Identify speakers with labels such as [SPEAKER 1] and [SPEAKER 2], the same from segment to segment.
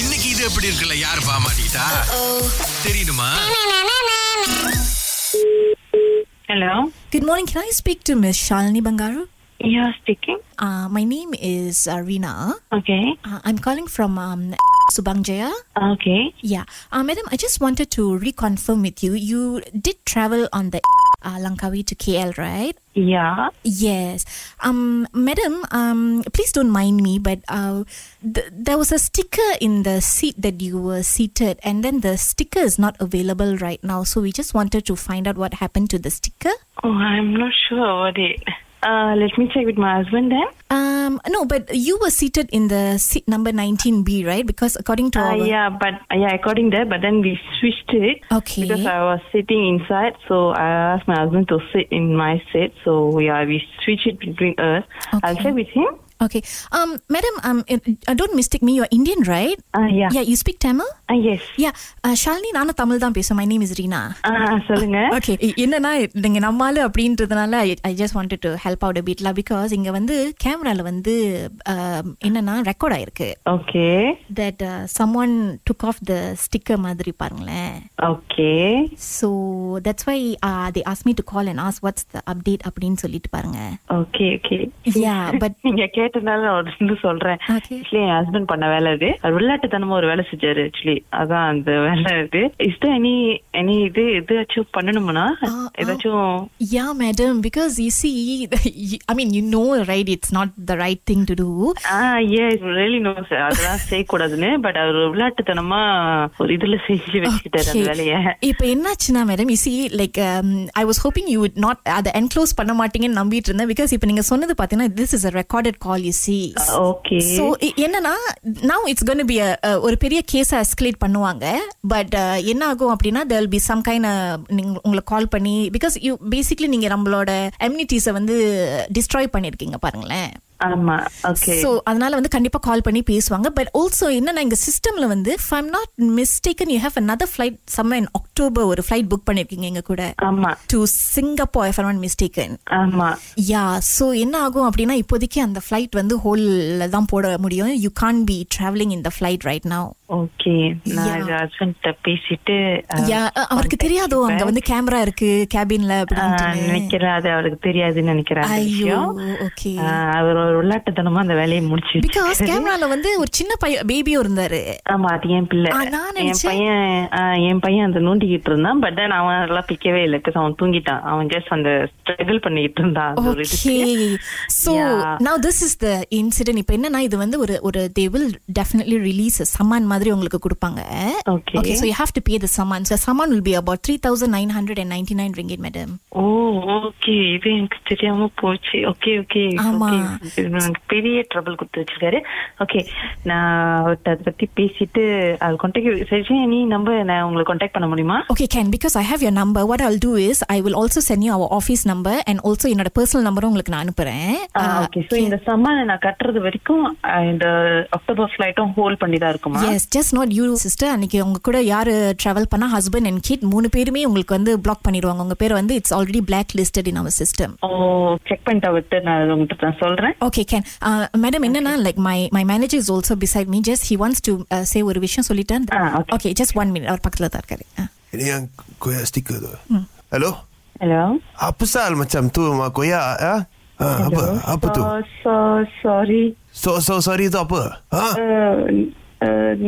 [SPEAKER 1] இன்னைக்கு இது எப்படி இருக்குல்ல யார் பாமாட்டா தெரியுமா
[SPEAKER 2] Hello.
[SPEAKER 3] Good morning. Can I speak to Miss Shalini Bangaru?
[SPEAKER 2] You're speaking.
[SPEAKER 3] Uh, my name is uh, Rina.
[SPEAKER 2] Okay.
[SPEAKER 3] Uh, I'm calling from um, Subangjaya.
[SPEAKER 2] Okay.
[SPEAKER 3] Yeah. Uh, madam, I just wanted to reconfirm with you. You did travel on the uh, Langkawi to KL, right?
[SPEAKER 2] Yeah.
[SPEAKER 3] Yes. Um, madam, um, please don't mind me, but uh, th- there was a sticker in the seat that you were seated, and then the sticker is not available right now. So we just wanted to find out what happened to the sticker.
[SPEAKER 2] Oh, I'm not sure about it. Uh, let me check with my husband then.
[SPEAKER 3] Um, no, but you were seated in the seat number 19B, right? Because according to
[SPEAKER 2] Uh,
[SPEAKER 3] our.
[SPEAKER 2] yeah, but yeah, according there, but then we switched it.
[SPEAKER 3] Okay.
[SPEAKER 2] Because uh, I was sitting inside, so I asked my husband to sit in my seat. So we are we switch it between us. I'll
[SPEAKER 3] Okay.
[SPEAKER 2] check with him.
[SPEAKER 3] Okay. Um, madam, um, it- uh, don't mistake me. You're Indian, right?
[SPEAKER 2] Uh, yeah.
[SPEAKER 3] Yeah, you speak Tamil?
[SPEAKER 2] Uh, yes.
[SPEAKER 3] Yeah. Uh, Shalini, நானும் தமிழ் தான் பேசுவேன் my name is Reena
[SPEAKER 2] Uh, சொல்லுங்க.
[SPEAKER 3] Okay என்னன்னா நீங்க நம்மால அப்படின்றதுனால I just wanted to help out பிட்லா because இங்க வந்து கேமரால வந்து um, என்னன்னா ரெக்கார்ட் ஆயிருக்கு uh,
[SPEAKER 2] Okay.
[SPEAKER 3] That someone took off the sticker மாதிரி பாருங்களேன்
[SPEAKER 2] Okay.
[SPEAKER 3] So that's why they ask me to call and ask what's the update அப்படின்னு சொல்லிட்டு பாருங்க
[SPEAKER 2] ஓகே ஓகே
[SPEAKER 3] Yeah, but-
[SPEAKER 2] நீங்க கேட்டனால நான் வந்து சொல்றேன்
[SPEAKER 3] Okay.
[SPEAKER 2] ஆக்சுவலி என் ஹஸ்பண்ட் பண்ண வேலை இது அவர் விளையாட்டுத்தனமா ஒரு வேலை செஞ்சாரு ஆக்சுவலி அதான் அந்த வேலை இது இஸ் எனி எனி இது எதாச்சும் பண்ணணும்னா
[SPEAKER 3] ஆ, ஆ.
[SPEAKER 2] ஏதாச்சும்
[SPEAKER 3] yeah madam because you see I mean you know right it's not the right thing to do
[SPEAKER 2] ஆ ஏ ரியலி நோ சார் அதெல்லாம் செய்யக்கூடாதுன்னு பட் அவர் விளையாட்டுத்தனமா ஒரு இதுல செஞ்சு வச்சுக்கிட்டாரு அந்த வேலைய
[SPEAKER 3] இப்போ என்னாச்சுன்னா madam you see like I was hoping you would not அதை என்க்ளோஸ் பண்ண மாட்டீங்கன்னு நம்பிட்டு இருந்தேன் பிகாஸ் இப்போ நீங்கள் சொன்னது பார்த்தீங்கன்னா this is a recorded call you see
[SPEAKER 2] okay
[SPEAKER 3] so என்னன்னா நவ் இட்ஸ் going பி ஒரு பெரிய கேஸை எஸ்கலேட் பண்ணுவாங்க பட் என்ன ஆகும் அப்படின்னா தேர் பி சம் கைண்ட் நீங்கள் உங்களை கால் பண்ணி பிகாஸ் யூ பேசிக்லி நீங்கள் நம்மளோட எம்னிட்டிஸை வந்து டிஸ்ட்ராய் பண்ணியிருக்கீங்க பாருங்களேன்
[SPEAKER 2] ஆமா ஓகே
[SPEAKER 3] ஸோ அதனால வந்து கண்டிப்பா கால் பண்ணி பேசுவாங்க பட் ஆல்சோ என்னன்னா எங்க சிஸ்டம்ல வந்து if I'm not mistaken you have another flight summer in October ஒரு ஃபிளைட் புக் பண்ணிருக்கீங்க எங்க கூட
[SPEAKER 2] ஆமா
[SPEAKER 3] to Singapore if I'm not mistaken
[SPEAKER 2] ஆமா
[SPEAKER 3] யா ஸோ என்ன ஆகும் அப்படின்னா இப்போதைக்கு அந்த ஃபிளைட் வந்து ஹோல்ல தான் போட முடியும் யூ கான் பி டிராவலிங் இந்த flight right now
[SPEAKER 2] okay
[SPEAKER 3] Yeah.
[SPEAKER 2] நான் ஹஸ்பண்ட் பேசிட்டு அஹ்,
[SPEAKER 3] யா அ- அவருக்கு
[SPEAKER 2] Uh, contact
[SPEAKER 3] தெரியாதோ அங்க
[SPEAKER 2] பண்றேன்.
[SPEAKER 3] வந்து கேமரா இருக்கு கேபின்ல
[SPEAKER 2] ஆஹ்
[SPEAKER 3] அப்படின்னு
[SPEAKER 2] நினைக்கிறேன் அது அவருக்கு தெரியாதுன்னு நினைக்கிறேன் அந்த
[SPEAKER 3] ஐயோ
[SPEAKER 2] விஷயம். Uh,
[SPEAKER 3] ஓகே
[SPEAKER 2] ஆஹ் அவர் ஒரு விளையாட்டுத்தனமா அந்த வேலையை முடிச்சு
[SPEAKER 3] பிகாஸ் கேமரால வந்து ஒரு சின்ன பைய பேபியும் இருந்தாரு
[SPEAKER 2] ஆமா அது என் பிள்ளை
[SPEAKER 3] ஆ, நான்
[SPEAKER 2] என்
[SPEAKER 3] நினைச்சேன்.
[SPEAKER 2] பையன் ஆஹ் என் பையன் அந்த நோண்டிக்கிட்டு இருந்தான் பட் நான் அவன் எல்லாம் பிக்கவே இல்லை because அவன் தூங்கிட்டான் அவன் ஜஸ்ட் அந்த ஸ்ட்ரகிள் பண்ணிக்கிட்டு இருந்தான் அது ஒரு இதுக்கு.
[SPEAKER 3] Okay so
[SPEAKER 2] Yeah.
[SPEAKER 3] now this is the incident இப்போ என்னன்னா இது வந்து ஒரு ஒரு தே வில் டெஃபினெட்லி ரிலீஸ் சமான் மாதிரி உங்களுக்கு கொடுப்பாங்க
[SPEAKER 2] Okay.
[SPEAKER 3] Okay so you have to pay the சமான் ஸோ சமான் will be about three thousand nine hundred and ninety nine ringgit madam
[SPEAKER 2] oh okay இது எனக்கு தெரியாம போச்சு ஓகே ஓகே
[SPEAKER 3] ஆமா.
[SPEAKER 2] எனக்கு பெரிய ட்ரபிள் கொடுத்து வச்சிருக்காரு ஓகே நான் அவர்கிட்ட அதை பத்தி பேசிட்டு அவர் கான்டாக்ட் சரி நீ நம்ப நான் உங்களை கான்டாக்ட் பண்ண முடியுமா
[SPEAKER 3] okay can because I have your number what I'll do is I will also send you our office number and also என்னோட பர்சனல் நம்பரும் உங்களுக்கு நான் அனுப்புறேன் Uh,
[SPEAKER 2] ஓகே சோ இந்த சம்மர் நான் கட்டுறது வரைக்கும் அஹ், இந்த அக்டோபர் ஃபிளைட்டும் ஹோல்ட் பண்ணி தான் இருக்குமா
[SPEAKER 3] yes just not you sister அன்னைக்கு உங்க கூட யாரு டிராவல் பண்ணா ஹஸ்பண்ட் அண்ட் கிட் மூணு பேருமே உங்களுக்கு வந்து பிளாக் பண்ணிடுவாங்க உங்க பேர் வந்து it's already blacklisted in our system
[SPEAKER 2] oh check பண்ணிட்டு விட்டு நான் உங்ககிட்ட நான் சொல்றேன்
[SPEAKER 3] ஓகே கேன் மேடம் Uh, என்னன்னா like my my manager is also beside me just he wants to say uh, ஒரு விஷயம் சொல்லிட்டேன்
[SPEAKER 2] ஆ, okay.
[SPEAKER 3] Okay just one minute அவர் பக்கத்தில் தான் இருக்காரு ஆ.
[SPEAKER 4] Ini yang koyak stiker tu. Hello?
[SPEAKER 2] Hello
[SPEAKER 4] Apa sal macam tu mak koyak? Ha? ha apa? Apa tu?
[SPEAKER 2] So sorry
[SPEAKER 4] So so sorry tu apa? Ha?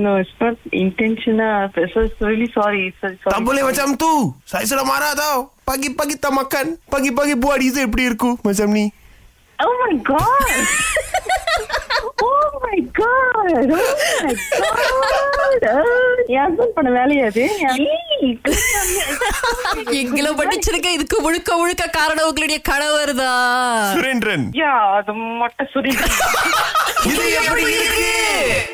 [SPEAKER 2] No it's not இன்டென்ஷனா really sorry
[SPEAKER 4] Tak boleh macam tu. Saya sudah marah tau. Pagi-pagi tak makan. Pagi-pagi buat dessert berdiriku macam ni.
[SPEAKER 2] Oh my God oh my God oh my God என் husband பண்ண வேலையா அது
[SPEAKER 3] எங்களை படிச்சிருக்க இதுக்கு முழுக்க முழுக்க காரணம் உங்களுடைய கணவர் தான்
[SPEAKER 2] Ya.
[SPEAKER 4] Surendran.
[SPEAKER 2] யா அது மட்டும் சொல்லி
[SPEAKER 4] Ini yang berdiri.